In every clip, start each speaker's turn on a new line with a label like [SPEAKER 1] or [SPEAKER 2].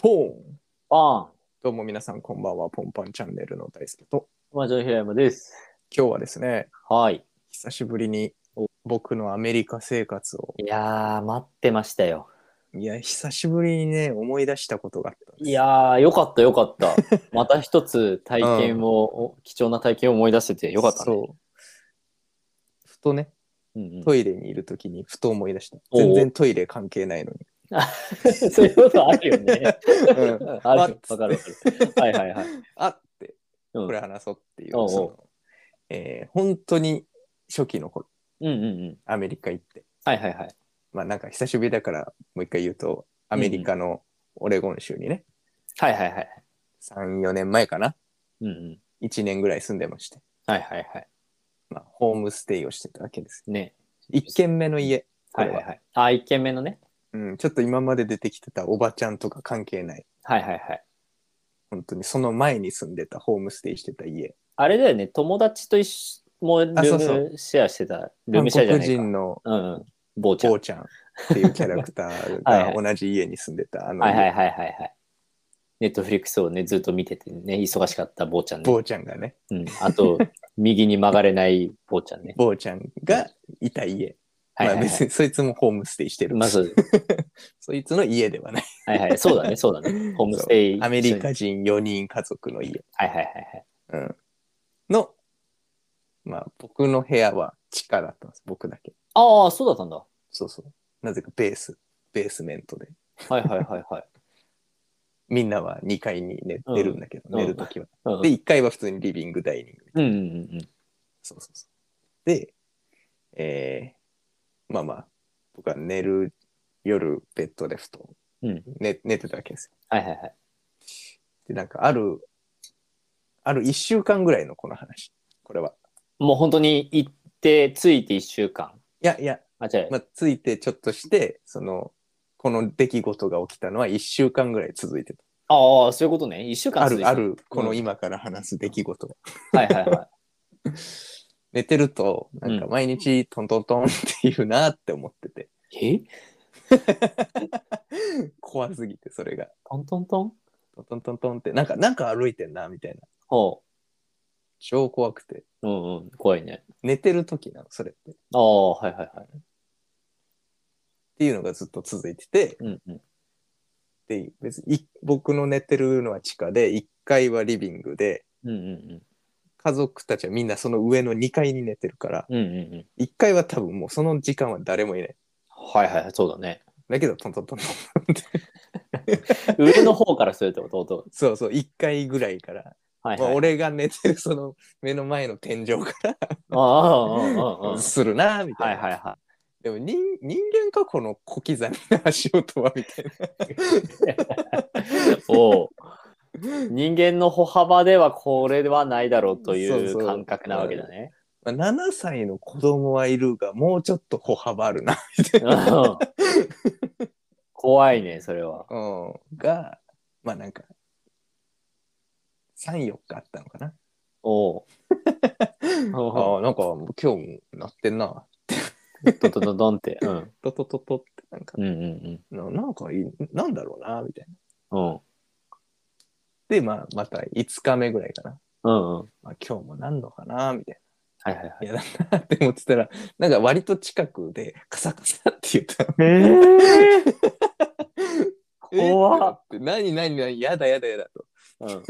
[SPEAKER 1] ポン
[SPEAKER 2] ああ、
[SPEAKER 1] どうも皆さんこんばんは、ポンパンチャンネルの大輔と、
[SPEAKER 2] マジョン平山です。
[SPEAKER 1] 今日はですね、
[SPEAKER 2] はい。
[SPEAKER 1] 久しぶりに僕のアメリカ生活を、
[SPEAKER 2] いやー、待ってましたよ。
[SPEAKER 1] いや、久しぶりにね、思い出したことがあったんです。
[SPEAKER 2] いやー、よかったよかった。 また一つ体験を、お貴重な体験を思い出せてよかったね。
[SPEAKER 1] そう。ふとね、
[SPEAKER 2] うんうん
[SPEAKER 1] トイレにいるときにふと思い出した。
[SPEAKER 2] おう
[SPEAKER 1] 全然トイレ関係 ないのに。
[SPEAKER 2] そういうことあるよね。
[SPEAKER 1] うん
[SPEAKER 2] あ
[SPEAKER 1] あっ
[SPEAKER 2] る
[SPEAKER 1] つっ。て
[SPEAKER 2] わかるわかる。はいはいはい。
[SPEAKER 1] あって、
[SPEAKER 2] うん
[SPEAKER 1] これ話そうっていう、
[SPEAKER 2] おうおう
[SPEAKER 1] そのえー本当に初期の頃、
[SPEAKER 2] うんうんうん。
[SPEAKER 1] アメリカ行って、
[SPEAKER 2] はいはいはい。
[SPEAKER 1] まあなんか久しぶりだからもう一回言うと、アメリカのオレゴン州にね、
[SPEAKER 2] はいはいはい。
[SPEAKER 1] 3、4年前かな、
[SPEAKER 2] うんうん。
[SPEAKER 1] 1年ぐらい住んでまして、
[SPEAKER 2] はいはいはい。
[SPEAKER 1] まあ、ホームステイをしてたわけです。
[SPEAKER 2] ね。
[SPEAKER 1] 1軒目の家、こ
[SPEAKER 2] は
[SPEAKER 1] れ
[SPEAKER 2] い
[SPEAKER 1] は、
[SPEAKER 2] はいはい。あ、一軒目のね。
[SPEAKER 1] うん、ちょっと今まで出てきてたおばちゃんとか関係ない、
[SPEAKER 2] はいはいはい。
[SPEAKER 1] 本当にその前に住んでた、ホームステイしてた家、
[SPEAKER 2] あれだよね、友達と一緒、もうル
[SPEAKER 1] あそうそう
[SPEAKER 2] ームシェアしてた。ルー
[SPEAKER 1] 韓
[SPEAKER 2] ムシェアじゃ
[SPEAKER 1] 国
[SPEAKER 2] ないか。
[SPEAKER 1] 人の
[SPEAKER 2] うんうん。坊ちゃん。
[SPEAKER 1] 坊
[SPEAKER 2] はい
[SPEAKER 1] ちゃんっていうキャラクターが同じ家に住んでた、あの
[SPEAKER 2] はいは
[SPEAKER 1] 家
[SPEAKER 2] いはいはい。ネットフリックスをね、ずっと見ててね、忙しかった坊ちゃんね。
[SPEAKER 1] 坊ちゃんがね、
[SPEAKER 2] うん、あと、右に曲がれない坊ちゃんね。
[SPEAKER 1] 坊ちゃんがいた家。
[SPEAKER 2] はいはい、
[SPEAKER 1] まあ別
[SPEAKER 2] はい。
[SPEAKER 1] にそいつもホームステイしてる。
[SPEAKER 2] まず、
[SPEAKER 1] そいつの家ではない。
[SPEAKER 2] はいはい。そうだね、そう だね。ホームステイ。
[SPEAKER 1] アメリカ人4人家族の家、
[SPEAKER 2] はいはいはいは
[SPEAKER 1] う
[SPEAKER 2] い。
[SPEAKER 1] ん、の、まあ僕の部屋は地下だったんです、僕だけ。
[SPEAKER 2] ああ、そうだったんだ。
[SPEAKER 1] そうそう。なぜかベース、ベースメントで。
[SPEAKER 2] はいはいはい はい。
[SPEAKER 1] みんなは2階に寝寝るんだけど、
[SPEAKER 2] うん
[SPEAKER 1] 寝るときは。
[SPEAKER 2] うん、
[SPEAKER 1] で、1階は普通にリビング、ダイニング。
[SPEAKER 2] うんうんうん。
[SPEAKER 1] そうそうそう。で、えーまあまあ、僕は寝る、夜、ベッドで布団、
[SPEAKER 2] うん
[SPEAKER 1] 寝寝てたわけですよ。
[SPEAKER 2] はいはいはい。
[SPEAKER 1] で、なんか、ある、ある1週間ぐらいのこの話、これは。
[SPEAKER 2] もう本当に行って、着いて1週間。
[SPEAKER 1] いやいや、
[SPEAKER 2] あ、違う。
[SPEAKER 1] まあ、ついてちょっとして、その、この出来事が起きたのは1週間ぐらい続いてた。
[SPEAKER 2] ああ、そういうことね。1週間
[SPEAKER 1] あ
[SPEAKER 2] 続いて
[SPEAKER 1] る、あ。る、この今から話す出来事。
[SPEAKER 2] はいはいはい。
[SPEAKER 1] 寝てると、なんか毎日トントントンっていうなって思ってて、
[SPEAKER 2] え
[SPEAKER 1] 怖すぎて、それが。
[SPEAKER 2] トントントン
[SPEAKER 1] トントントントンって、なんか、なんか歩いてんな、みたいな。
[SPEAKER 2] ほ
[SPEAKER 1] 超怖くて。
[SPEAKER 2] う。うんうん。怖いね。
[SPEAKER 1] 寝てる時なの、それって。っ
[SPEAKER 2] ああ、はいはいはい。
[SPEAKER 1] ていうのがずっと続いてて、
[SPEAKER 2] うんうん。
[SPEAKER 1] で、別にい僕の寝てるのは地下で、1階はリビングで、
[SPEAKER 2] うんうん
[SPEAKER 1] 家族たちはみんなその上の2階に寝てるから、
[SPEAKER 2] うん。うんうんうん。
[SPEAKER 1] 1階は多分もうその時間は誰もいない。
[SPEAKER 2] はいはいはい、そうだね。
[SPEAKER 1] だけど、トントントントン。
[SPEAKER 2] 上の方からするってこと音
[SPEAKER 1] そうそう、1階ぐらいから、
[SPEAKER 2] はい
[SPEAKER 1] まあ
[SPEAKER 2] はい。
[SPEAKER 1] 俺が寝てるその目の前の天井か
[SPEAKER 2] ああ、うんうんうん
[SPEAKER 1] ら
[SPEAKER 2] うん。
[SPEAKER 1] するな、みたいな。
[SPEAKER 2] はいはいは
[SPEAKER 1] でも人人間かこの小刻みな足音はみたいな。
[SPEAKER 2] い。おう人間の歩幅ではこれはないだろうとい
[SPEAKER 1] そう
[SPEAKER 2] う
[SPEAKER 1] そう
[SPEAKER 2] 感覚なわけだね。
[SPEAKER 1] まあ、7歳の子供はいるがもうちょっと歩幅あるなみたいな。
[SPEAKER 2] うん怖いね、それは。
[SPEAKER 1] うん、がまあなんか34日あったのかな。
[SPEAKER 2] お う。
[SPEAKER 1] ああなんかもう今日もなってんな。
[SPEAKER 2] ドドドドンって。うん。
[SPEAKER 1] トトトトってなんか
[SPEAKER 2] うんうん
[SPEAKER 1] ななんかいいなんだろうなみたいな。
[SPEAKER 2] うん。うん。
[SPEAKER 1] でまあまた5日目ぐらいかな。
[SPEAKER 2] うんうん。
[SPEAKER 1] まあ、今日もなんのかなみたい
[SPEAKER 2] はいはいはい。
[SPEAKER 1] な。嫌だなって思ってたらなんか割と近くでカサカサって言ったの。
[SPEAKER 2] ええ
[SPEAKER 1] 怖
[SPEAKER 2] 怖っ
[SPEAKER 1] っ、て何何何やだやだやだと
[SPEAKER 2] うん。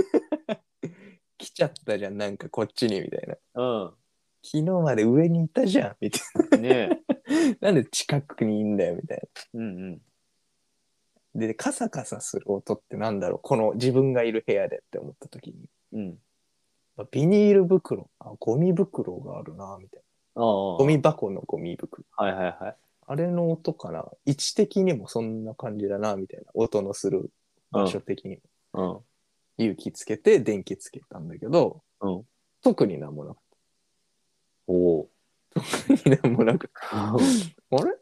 [SPEAKER 1] 来ちゃったじゃんなんかこっちにみたいな
[SPEAKER 2] う
[SPEAKER 1] 昨日まで上にいたじゃんみたい
[SPEAKER 2] ん。ねえ。
[SPEAKER 1] ななんで近くにいんだよみたい
[SPEAKER 2] うんうん。
[SPEAKER 1] なでカサカサする音ってなんだろうこの自分がいる部屋でって思った時に
[SPEAKER 2] うん。
[SPEAKER 1] あビニール袋あゴミ袋があるなみたい
[SPEAKER 2] ああ。
[SPEAKER 1] なゴミ箱のゴミ袋
[SPEAKER 2] はいはいはい。
[SPEAKER 1] あれの音かな位置的にもそんな感じだなみたいな音のする場所的にも、
[SPEAKER 2] うん。
[SPEAKER 1] 勇気つけて電気つけたんだけど、
[SPEAKER 2] うん
[SPEAKER 1] 特になんもなく
[SPEAKER 2] おお。
[SPEAKER 1] 特になんもなく あれ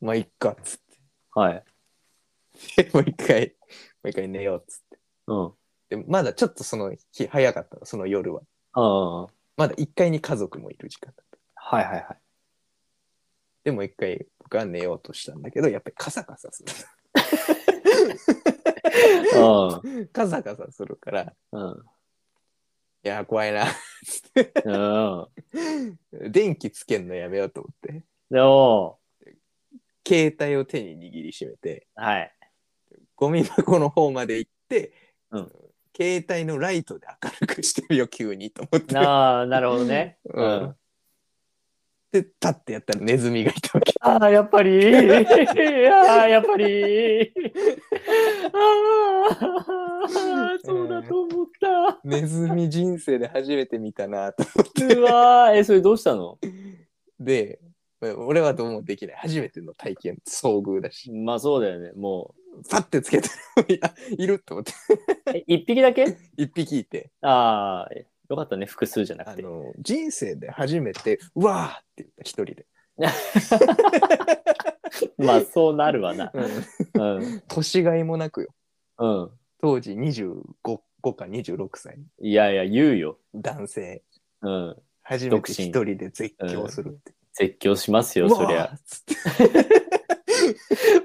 [SPEAKER 1] まあ、いっか、つっ
[SPEAKER 2] はい。
[SPEAKER 1] て、もう一回、もう一回寝よう、つっ
[SPEAKER 2] うん。あ
[SPEAKER 1] て。で、まだちょっとその日、早かったの、その夜は。
[SPEAKER 2] あ。はい
[SPEAKER 1] まだ一階に家族もいる時間だった。
[SPEAKER 2] はいはい。
[SPEAKER 1] でもう一回、僕は寝ようとしたんだけど、やっぱりカサカサする。
[SPEAKER 2] う
[SPEAKER 1] カサカサするから、い
[SPEAKER 2] ん。
[SPEAKER 1] やー、怖いな。
[SPEAKER 2] うん。うん。
[SPEAKER 1] 電気つけんのやめようと思って、
[SPEAKER 2] でも、
[SPEAKER 1] 携帯を手に握りしめて、
[SPEAKER 2] はい。
[SPEAKER 1] ゴミ箱の方まで行って、
[SPEAKER 2] うん
[SPEAKER 1] 携帯のライトで明るくしてるよ、急にと思って。
[SPEAKER 2] なあ、なるほどね。
[SPEAKER 1] う
[SPEAKER 2] うん
[SPEAKER 1] ん。で、立ってやったらネズミがいたわけ。
[SPEAKER 2] ああ、やっぱり。ああ、やっぱり。ああ、そうだと思った。
[SPEAKER 1] ネズミ人生で初めて見たなと。
[SPEAKER 2] うわーえ、それどうしたの
[SPEAKER 1] で、俺はどうもできない。初めての体験、遭遇だし。
[SPEAKER 2] まあそうだよね。も
[SPEAKER 1] パッて つけたら、いや、いると思って、
[SPEAKER 2] う。え、一匹だけ
[SPEAKER 1] 一匹いて、
[SPEAKER 2] ああ、よかったね。複数じゃな
[SPEAKER 1] あ
[SPEAKER 2] くて。
[SPEAKER 1] の、人生で初めて、うわーって言った、一人で。
[SPEAKER 2] まあそうなるわな。うん。
[SPEAKER 1] 年がいもなくよ。
[SPEAKER 2] うん。
[SPEAKER 1] 当時25か26歳。
[SPEAKER 2] いやいや、言うよ。
[SPEAKER 1] 男性。
[SPEAKER 2] うん。
[SPEAKER 1] 初めて一人で絶叫するって。
[SPEAKER 2] 絶叫しますよ、
[SPEAKER 1] う
[SPEAKER 2] そ
[SPEAKER 1] わ
[SPEAKER 2] り
[SPEAKER 1] ー
[SPEAKER 2] ゃ。
[SPEAKER 1] っつって。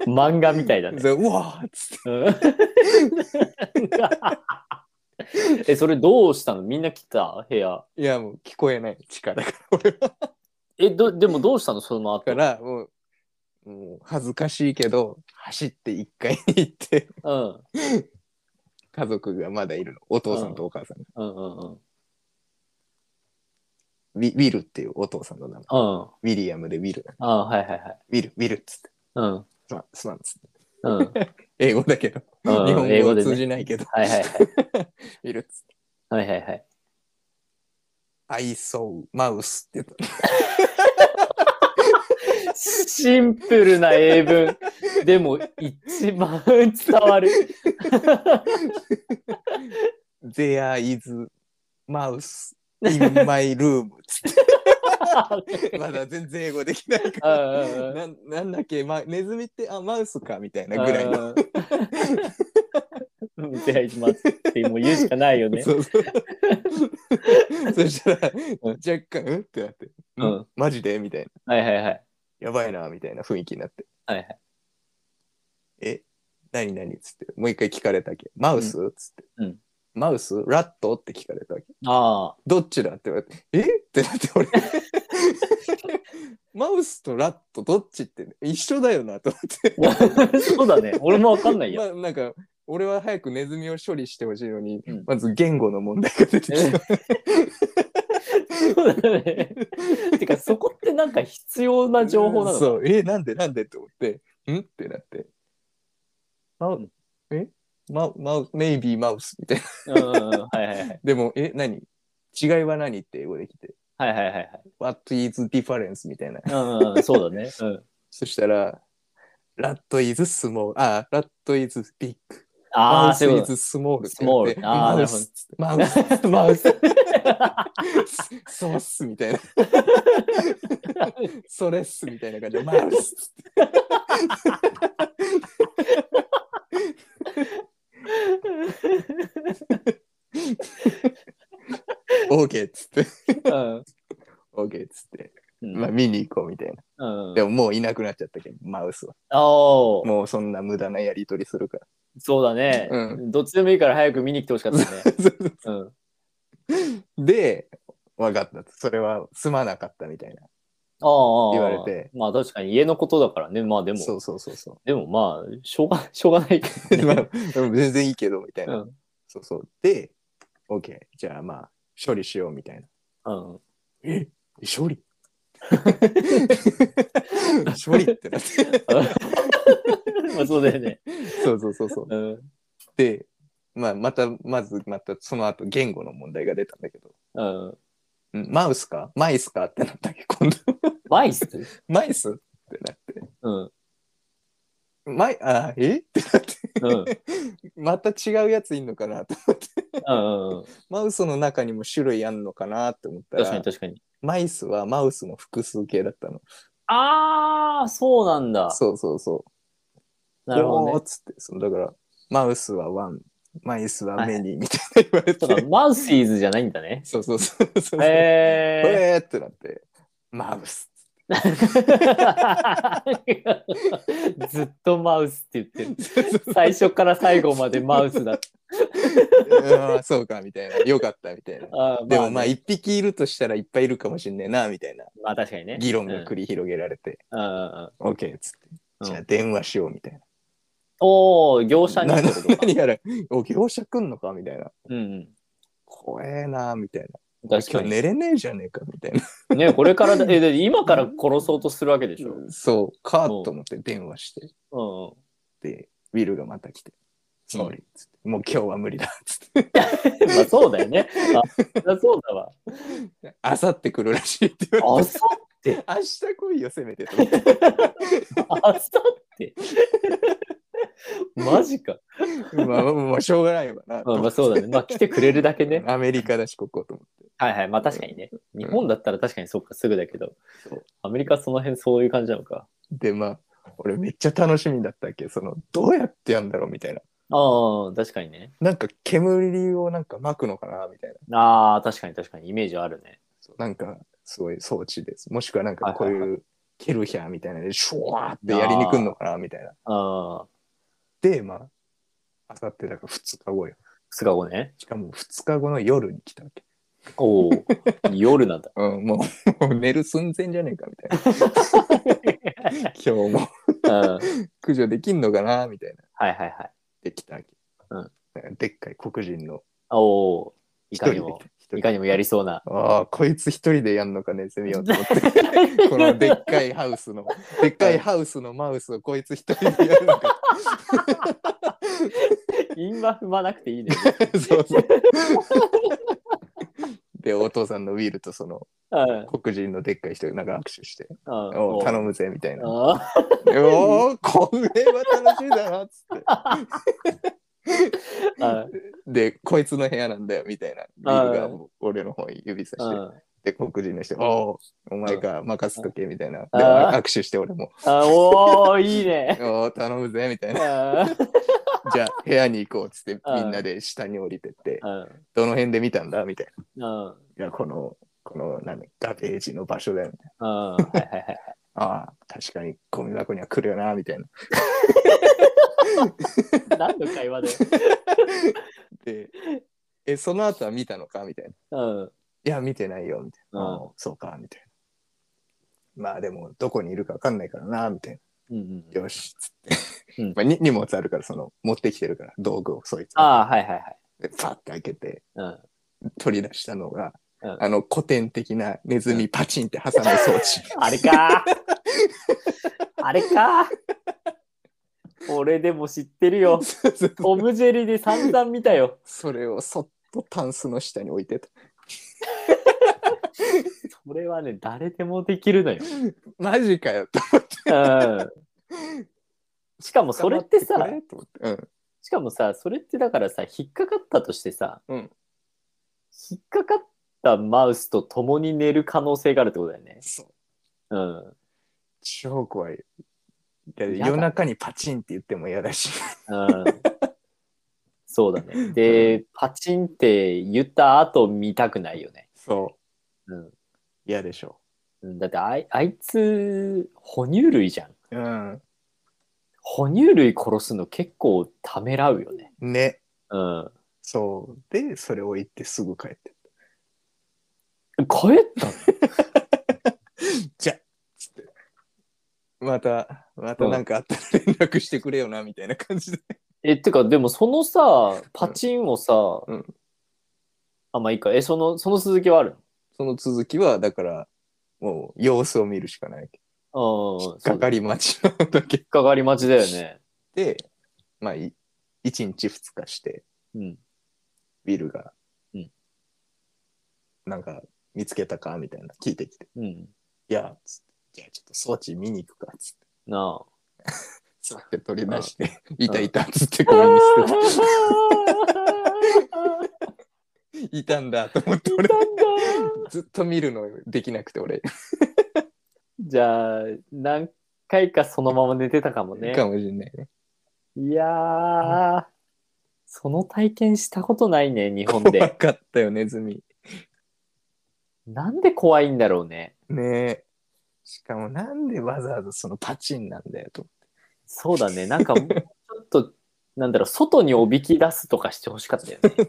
[SPEAKER 2] 漫画みた いだね。
[SPEAKER 1] でうわーっつって。
[SPEAKER 2] うん え、それどうしたのみんな来た部屋。
[SPEAKER 1] いや、もう聞こえない力が俺は。
[SPEAKER 2] え、ど、でもどうしたのその後。
[SPEAKER 1] だ から、もう、もう恥ずかしいけど、走って一階に行って、
[SPEAKER 2] うん。
[SPEAKER 1] 家族がまだいるの。お父さんとお母さんが。
[SPEAKER 2] うんうんうん。
[SPEAKER 1] ウィウィルっていうお父さんの名前。
[SPEAKER 2] うん。
[SPEAKER 1] ウィリアムでウィル。
[SPEAKER 2] ああ、はいはいはい。
[SPEAKER 1] ウィル、ウィルっつって。
[SPEAKER 2] うん。
[SPEAKER 1] すまん、すまんっつって。
[SPEAKER 2] うん。はい
[SPEAKER 1] 英語だけど。
[SPEAKER 2] うん
[SPEAKER 1] 日本
[SPEAKER 2] 英語
[SPEAKER 1] 語
[SPEAKER 2] でね
[SPEAKER 1] 通じないけど。
[SPEAKER 2] はいはい。
[SPEAKER 1] ウィルっつって。
[SPEAKER 2] はいはいはい。
[SPEAKER 1] I saw mouse って言った。
[SPEAKER 2] シンプルな英文。でも、一番伝わる。
[SPEAKER 1] There is mouse in my room つっ
[SPEAKER 2] あ
[SPEAKER 1] て。 まだ全然英語できないか
[SPEAKER 2] あ
[SPEAKER 1] ら。
[SPEAKER 2] ああ
[SPEAKER 1] なんなんだっけ、ま、ネズミってあマウスかみたいなぐらいの。
[SPEAKER 2] うんうん。手配しますってもう言うしかないよね。
[SPEAKER 1] そうそう そしたら
[SPEAKER 2] うん
[SPEAKER 1] 若干うんってなって、
[SPEAKER 2] うん
[SPEAKER 1] マジでみたいな
[SPEAKER 2] はいはいはい。
[SPEAKER 1] やばいなみたいな雰囲気になって
[SPEAKER 2] はいはい。
[SPEAKER 1] え何何っつってもう一回聞かれたわけマウスっつって、
[SPEAKER 2] うん
[SPEAKER 1] マウスラットって聞かれたわけ
[SPEAKER 2] あ
[SPEAKER 1] どっちだって言われてえってなって 俺マウスとラットどっちって一緒だよなと思って
[SPEAKER 2] あ。 そうだね。俺もわかんない
[SPEAKER 1] ま
[SPEAKER 2] よ。
[SPEAKER 1] あなんか俺は早くネズミを処理してほしいのに、
[SPEAKER 2] うん
[SPEAKER 1] まず言語の問題が出て きた
[SPEAKER 2] そうだね。てか、そこってなんか必要な情報なのか
[SPEAKER 1] そうえなんでなんでって思ってんってなってマウえマウマウメイビーマウスみたいな
[SPEAKER 2] うんうんうん。はいはいはい。
[SPEAKER 1] でもえ何違いは何って英語できて
[SPEAKER 2] はいはいはいはい。
[SPEAKER 1] What is difference みたいな
[SPEAKER 2] うんうんうん、そうだね。うん。
[SPEAKER 1] そしたら Rat is small あ Rat is big
[SPEAKER 2] ああ、
[SPEAKER 1] Mouse
[SPEAKER 2] そういうこ
[SPEAKER 1] is small って言って
[SPEAKER 2] Small あー
[SPEAKER 1] マウスマウス
[SPEAKER 2] と。マ ウス。
[SPEAKER 1] ソース みたいなそれっすみたいな感 じでマウスオーケーっつって
[SPEAKER 2] うん。
[SPEAKER 1] オーケーっつって、
[SPEAKER 2] うん
[SPEAKER 1] まあ、見に行こうみたいな
[SPEAKER 2] うん
[SPEAKER 1] でももういなくなっちゃったけどマウスは
[SPEAKER 2] おー
[SPEAKER 1] もうそんな無駄なやり取りするから
[SPEAKER 2] そうだね、
[SPEAKER 1] う
[SPEAKER 2] どっちでもいいから早く見に来てほしかった ね。うん。
[SPEAKER 1] で分かったそれはすまなかったみたいな
[SPEAKER 2] ああ。
[SPEAKER 1] 言われて。
[SPEAKER 2] まあ確かに家のことだからね。まあでも、
[SPEAKER 1] そうそうそうそ
[SPEAKER 2] でもまあ、しょうが、しょうがないけ
[SPEAKER 1] う、
[SPEAKER 2] ど、
[SPEAKER 1] まあ
[SPEAKER 2] ね。
[SPEAKER 1] でも全然いいけどみたいな、
[SPEAKER 2] うん
[SPEAKER 1] そうそうで OK じゃあまあ処理しようみたいな
[SPEAKER 2] うん。
[SPEAKER 1] え処理 処理ってな って
[SPEAKER 2] まあそうだよね。
[SPEAKER 1] そうそうそうそう
[SPEAKER 2] うん。
[SPEAKER 1] で、まあ、またまずまたその後言語の問題が出たんだけど
[SPEAKER 2] うん。
[SPEAKER 1] うんマウスかマイスかってなったっけ今度
[SPEAKER 2] マイス
[SPEAKER 1] マイスってなって
[SPEAKER 2] うん。
[SPEAKER 1] マイあえってなって
[SPEAKER 2] うん。
[SPEAKER 1] また違うやついんのかな と思って
[SPEAKER 2] うんうん。
[SPEAKER 1] マウスの中にも種類あんのかなって思った
[SPEAKER 2] 確からに確かに。
[SPEAKER 1] マイスはマウスの複数形だったの
[SPEAKER 2] ああ、そうなんだ。
[SPEAKER 1] そうそうそう
[SPEAKER 2] なるほ
[SPEAKER 1] お
[SPEAKER 2] ど
[SPEAKER 1] ーっ
[SPEAKER 2] ね。
[SPEAKER 1] つってそのだからマウスはワンマイスはメニーみたいな言われて、
[SPEAKER 2] そうかマウスイーズじゃないんだね。
[SPEAKER 1] そうそうそうそうそう
[SPEAKER 2] へえ
[SPEAKER 1] えーってなってマウス
[SPEAKER 2] ずっとマウスって言ってる。最初から最後までマウスだっ
[SPEAKER 1] うんそうかみたいなよかったみたいな
[SPEAKER 2] た。あー
[SPEAKER 1] でもまあ
[SPEAKER 2] ね
[SPEAKER 1] 一匹いるとしたらいっぱいいるかもしんねえなみたいな
[SPEAKER 2] まあ確かにね。
[SPEAKER 1] 議論が繰り広げられて
[SPEAKER 2] うんうんうんうん
[SPEAKER 1] OK っつって
[SPEAKER 2] うん
[SPEAKER 1] じゃあ電話しようみたいな
[SPEAKER 2] おー、業者に
[SPEAKER 1] な
[SPEAKER 2] ってことか。
[SPEAKER 1] 何やらお業者来んのかみたいな
[SPEAKER 2] うんうん
[SPEAKER 1] 怖えなみたいな
[SPEAKER 2] 確か
[SPEAKER 1] 今日
[SPEAKER 2] に。
[SPEAKER 1] 寝れねえじゃねえかみたいな
[SPEAKER 2] ね、これからだ、え、だって今から殺そうとするわけでしょ。
[SPEAKER 1] そうかと思って電話して
[SPEAKER 2] うんうん。
[SPEAKER 1] でウィルがまた来て「
[SPEAKER 2] うん
[SPEAKER 1] 総理」つって「もう今日は無理だ」つって
[SPEAKER 2] まあそうだよ ね。あそりゃそうだわ。
[SPEAKER 1] 「あさって来るらしい」って言わ
[SPEAKER 2] あ
[SPEAKER 1] れて
[SPEAKER 2] そ
[SPEAKER 1] 「明日来いよせめて」と思って
[SPEAKER 2] あさって。マジか。
[SPEAKER 1] まあまあまあしょうがないわなと
[SPEAKER 2] まあ、
[SPEAKER 1] 思っ
[SPEAKER 2] まあそうだね。まあ来てくれるだけ
[SPEAKER 1] て、
[SPEAKER 2] ね。
[SPEAKER 1] アメリカだしここと思って
[SPEAKER 2] はいはい。まあ確かにね。日本だったら確かにそうか、すぐだけど
[SPEAKER 1] そう。
[SPEAKER 2] アメリカはその辺そういう感じなのか。
[SPEAKER 1] でまあ俺めっちゃ楽しみだったっけそのどうやってやんだろうみたいな
[SPEAKER 2] ああ、確かにね。
[SPEAKER 1] なんか煙をなんか巻くのかなみたいな
[SPEAKER 2] ああ、確かに確かに。イメージはあるね。
[SPEAKER 1] なんかすごい装置ですもしくはなんかこう
[SPEAKER 2] はい
[SPEAKER 1] いうケルヒャーみたいなのでシュワーってやりにくんのかなみたいな
[SPEAKER 2] ああ、
[SPEAKER 1] でまああさってだから2日後よ
[SPEAKER 2] 2日後ね。
[SPEAKER 1] しかも2日後の夜に来たわけ
[SPEAKER 2] おお、夜 なんだ。
[SPEAKER 1] うん、もうもう寝る寸前じゃねえかみたいな 今日も
[SPEAKER 2] うん。はい
[SPEAKER 1] 駆除できんのかなみたいな
[SPEAKER 2] はいはい。
[SPEAKER 1] できたわけ、
[SPEAKER 2] うん
[SPEAKER 1] なんかでっかい黒人の
[SPEAKER 2] おお、いかにも、
[SPEAKER 1] 一人で
[SPEAKER 2] いかにもやりそうな。
[SPEAKER 1] ああこいつ一人でやんのかねせめようと思って このでっかいハウスのでっかいハウスのマウスをこいつ一人でやるのか
[SPEAKER 2] 今踏まなくていいね。
[SPEAKER 1] そうそう でお父さんのウィルとその
[SPEAKER 2] うん。
[SPEAKER 1] 黒人のでっかい人がなんか握手して
[SPEAKER 2] う
[SPEAKER 1] 「
[SPEAKER 2] ん
[SPEAKER 1] おう頼むぜ」みたいな
[SPEAKER 2] ああ。
[SPEAKER 1] 「おおこれは楽しいだな」っつって
[SPEAKER 2] あ
[SPEAKER 1] で、こいつの部屋なんだよ、みたいな。ビールがもう俺の方に指さ
[SPEAKER 2] う
[SPEAKER 1] して。で、
[SPEAKER 2] ん
[SPEAKER 1] 黒人の人、おお、お前か、任せとけ、みたいな。で、
[SPEAKER 2] あー
[SPEAKER 1] 握手して俺も、
[SPEAKER 2] あ、おー、いいね。
[SPEAKER 1] おお、頼むぜ、みたいな。
[SPEAKER 2] あ
[SPEAKER 1] じゃあ、部屋に行こう、つ って、
[SPEAKER 2] あー
[SPEAKER 1] みんなで下に降りてって、
[SPEAKER 2] あ
[SPEAKER 1] どの辺で見たんだみたいな。
[SPEAKER 2] あ
[SPEAKER 1] いや、この、この、なんだガベージの場所だよ、みたい
[SPEAKER 2] あはいはいはい。
[SPEAKER 1] な。ああ、確かに、ゴミ箱には来るよな、みたいな。
[SPEAKER 2] 何の会話だよ。
[SPEAKER 1] で、え、その後は見たのかみたいな。
[SPEAKER 2] うん。
[SPEAKER 1] いや、見てないよ、みたいな。
[SPEAKER 2] うん
[SPEAKER 1] ああそうか、みたいな。まあ、でも、どこにいるかわかんないからな、みたいな。
[SPEAKER 2] うんうん、
[SPEAKER 1] よし、つって。
[SPEAKER 2] うん
[SPEAKER 1] まあ、に荷物あるから、その、持ってきてるから、道具をそいつが。
[SPEAKER 2] ああ、はいはいはい。
[SPEAKER 1] で、パッて開けて、
[SPEAKER 2] うん、
[SPEAKER 1] 取り出したのが、
[SPEAKER 2] うん
[SPEAKER 1] あの、古典的なネズミパチンって挟む装 置。
[SPEAKER 2] あれかあれか俺でも知ってるよ。オムジェリで散々見たよ。
[SPEAKER 1] それをそっとタンスの下に置いてた。
[SPEAKER 2] それはね、誰でもできるのよ。
[SPEAKER 1] マジかよ、と
[SPEAKER 2] うん。しかもそれってさ、
[SPEAKER 1] れと思ってうん。
[SPEAKER 2] しかもさ、それってだからさ、引っかかったとしてさ、
[SPEAKER 1] うん
[SPEAKER 2] 引っかかったマウスと共に寝る可能性があるってことだよね。
[SPEAKER 1] そう。
[SPEAKER 2] うん。
[SPEAKER 1] 超怖い。いや
[SPEAKER 2] やだ
[SPEAKER 1] 夜中にパチンって言っても嫌だし。
[SPEAKER 2] うん、そうだね。で、パチンって言った後見たくないよね。
[SPEAKER 1] そう。
[SPEAKER 2] うん
[SPEAKER 1] 嫌でしょ。
[SPEAKER 2] うん。だってあい、あいつ、哺乳類じゃん。
[SPEAKER 1] うん。
[SPEAKER 2] 哺乳類殺すの結構ためらうよね。
[SPEAKER 1] ね。
[SPEAKER 2] うん。
[SPEAKER 1] そう。で、それ置いてすぐ帰って。
[SPEAKER 2] 帰った
[SPEAKER 1] じゃっつってまたまたなんかあったら 連絡してくれよなみたいな感じで
[SPEAKER 2] え、ってか、でもそのさ、パチンをさ、
[SPEAKER 1] うん
[SPEAKER 2] あ、まあいいか。え、その、その続きはあるの
[SPEAKER 1] その続きはだからもう様子を見るしかない
[SPEAKER 2] うん
[SPEAKER 1] 引っかかり待ちなだけ
[SPEAKER 2] 引っかかり待ちだよね。
[SPEAKER 1] でまあい1日2日して
[SPEAKER 2] うん。
[SPEAKER 1] ビルが、
[SPEAKER 2] うん
[SPEAKER 1] なんか見つけたかみたいな聞いてきて
[SPEAKER 2] うん。
[SPEAKER 1] 「いや」つって「じゃあちょっと装置見に行くか」つって。
[SPEAKER 2] なあ。
[SPEAKER 1] つって取り出して「いたいた」っつってゴミに捨て た「いたんだ」と思って俺ずっと見るのできなくて俺
[SPEAKER 2] じゃあ、何回かそのまま寝てたかもね。
[SPEAKER 1] かもしれないね。
[SPEAKER 2] いやー、その体験したことないね、日本
[SPEAKER 1] 怖
[SPEAKER 2] で。
[SPEAKER 1] かったよ、ネズミ。
[SPEAKER 2] なんで怖いんだろうね。
[SPEAKER 1] ねえ。しかもなんでわざわざそのパチンなんだよと。
[SPEAKER 2] そうだね。なんか、もうちょっと、なんだろう、外におびき出すとかしてほしかったよ ね。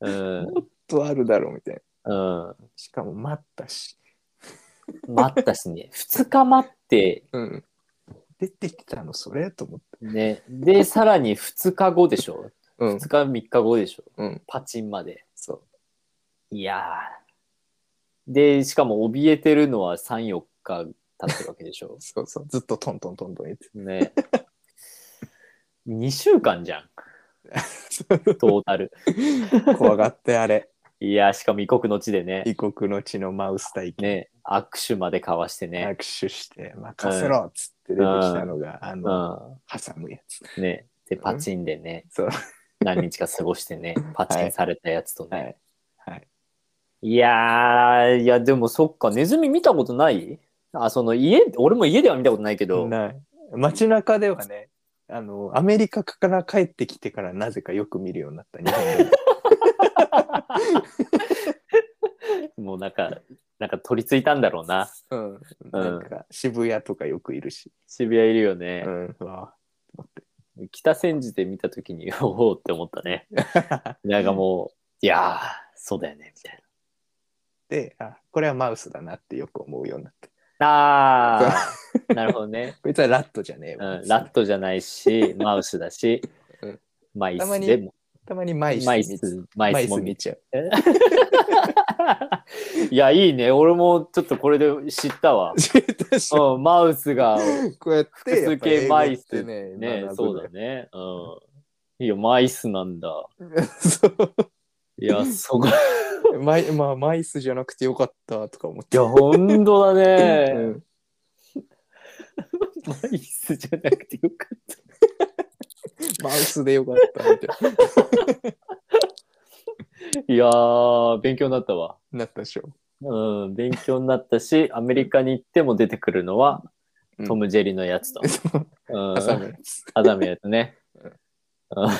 [SPEAKER 2] うん。
[SPEAKER 1] とあるだろうみたいな。
[SPEAKER 2] うん。
[SPEAKER 1] しかも待ったし。
[SPEAKER 2] 待ったしね。2日待って、
[SPEAKER 1] うん。出てきたのそれと思って。
[SPEAKER 2] ね。で、さらに2日後でしょ。
[SPEAKER 1] うん
[SPEAKER 2] 2。日、3日後でしょ。
[SPEAKER 1] うん。
[SPEAKER 2] パチンまで。
[SPEAKER 1] そ
[SPEAKER 2] いやー。で、しかも怯えてるのは3、4日経ってるわけでしょ
[SPEAKER 1] う。。そうそう。ずっとトントントントン言って。
[SPEAKER 2] ね。2週間じゃん、トータル。
[SPEAKER 1] 怖がってあれ。
[SPEAKER 2] いやー、しかも異国の地でね。
[SPEAKER 1] 異国の地のマウス体験。
[SPEAKER 2] ね、握手まで交わしてね。
[SPEAKER 1] 握手して、任せろっつって出てきたのが、あ
[SPEAKER 2] う
[SPEAKER 1] の、
[SPEAKER 2] ん。
[SPEAKER 1] 挟むやつ。
[SPEAKER 2] ね。で、パチンでね、
[SPEAKER 1] そう。
[SPEAKER 2] 何日か過ごし てね、パチンされたやつとね。
[SPEAKER 1] はいい。はい。
[SPEAKER 2] やー、いや、でもそっか、ネズミ見たことないあ、その家、俺も家では見たことないけど、
[SPEAKER 1] ない。街中ではね、あの、アメリカから帰ってきてからなぜかよく見るようになった日本 でも。
[SPEAKER 2] もうなんか、なんか取り付いたんだろうな。
[SPEAKER 1] うん、なんか渋谷とかよくいるし、
[SPEAKER 2] 渋谷いるよね
[SPEAKER 1] う。ん、うわ
[SPEAKER 2] 北千住で見た時に、 おおって思ったね。
[SPEAKER 1] ぁ
[SPEAKER 2] なんかもう、いやー、そうだよね、みたいな。
[SPEAKER 1] であこれはマウスだなってよく思うようになって
[SPEAKER 2] あー、なるほどね。
[SPEAKER 1] こいつはラットじゃねえわ、
[SPEAKER 2] うん、ラットじゃないし、マウスだし
[SPEAKER 1] うん、
[SPEAKER 2] マイ
[SPEAKER 1] たま
[SPEAKER 2] ス
[SPEAKER 1] に
[SPEAKER 2] でも、
[SPEAKER 1] たまにマイス
[SPEAKER 2] マイ
[SPEAKER 1] 見
[SPEAKER 2] ス、マ
[SPEAKER 1] マ
[SPEAKER 2] イ
[SPEAKER 1] イ
[SPEAKER 2] スも
[SPEAKER 1] ス
[SPEAKER 2] 見
[SPEAKER 1] 見ちゃう。
[SPEAKER 2] いや、いいね。俺もちょっとこれで知ったわ
[SPEAKER 1] 私
[SPEAKER 2] うん、マウスが、
[SPEAKER 1] こうやって
[SPEAKER 2] 複数形
[SPEAKER 1] やっぱ英語って
[SPEAKER 2] ね、
[SPEAKER 1] 学ぶ
[SPEAKER 2] そうだね。うん。いや、マイスなんだ。い や、そこ。い
[SPEAKER 1] そうマイ まあマイスじゃなくてよかったとか思って
[SPEAKER 2] や、ほんとだね。
[SPEAKER 1] うん
[SPEAKER 2] マイスじゃなくてよかった。
[SPEAKER 1] マウスでよかったみたい
[SPEAKER 2] いやー、勉強になったわ。
[SPEAKER 1] になったでし ょ
[SPEAKER 2] うん、勉強になったし、アメリカに行っても出てくるのは、
[SPEAKER 1] うん
[SPEAKER 2] トム・ジェリーのやつだ。
[SPEAKER 1] そう
[SPEAKER 2] うん、
[SPEAKER 1] 挟むやつ
[SPEAKER 2] アダムやつね。 うん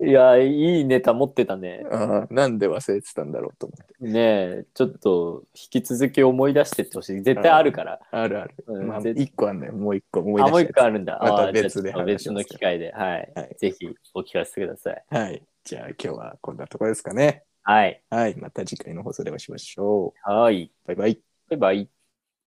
[SPEAKER 2] いや、いいネタ持ってたね。
[SPEAKER 1] あーなんで忘れてたんだろうと思って
[SPEAKER 2] ねえ、ちょっと引き続き思い出してってほしい。絶対あるから。
[SPEAKER 1] あるある、
[SPEAKER 2] うん
[SPEAKER 1] まあ
[SPEAKER 2] 絶
[SPEAKER 1] 一個あんだよもう一個思い
[SPEAKER 2] あ、
[SPEAKER 1] 出したやつ
[SPEAKER 2] もう一個あるんだ。
[SPEAKER 1] また
[SPEAKER 2] あー
[SPEAKER 1] 別で
[SPEAKER 2] じゃあ
[SPEAKER 1] 話し
[SPEAKER 2] 別
[SPEAKER 1] ます
[SPEAKER 2] の機会で、はい、
[SPEAKER 1] はい
[SPEAKER 2] ぜひお聞かせください。
[SPEAKER 1] はい。じゃあ今日はこんなところですかね。
[SPEAKER 2] はい。
[SPEAKER 1] はい。また次回の放送でお会いしましょ
[SPEAKER 2] はい。
[SPEAKER 1] う。バイバイ。
[SPEAKER 2] バイバイ。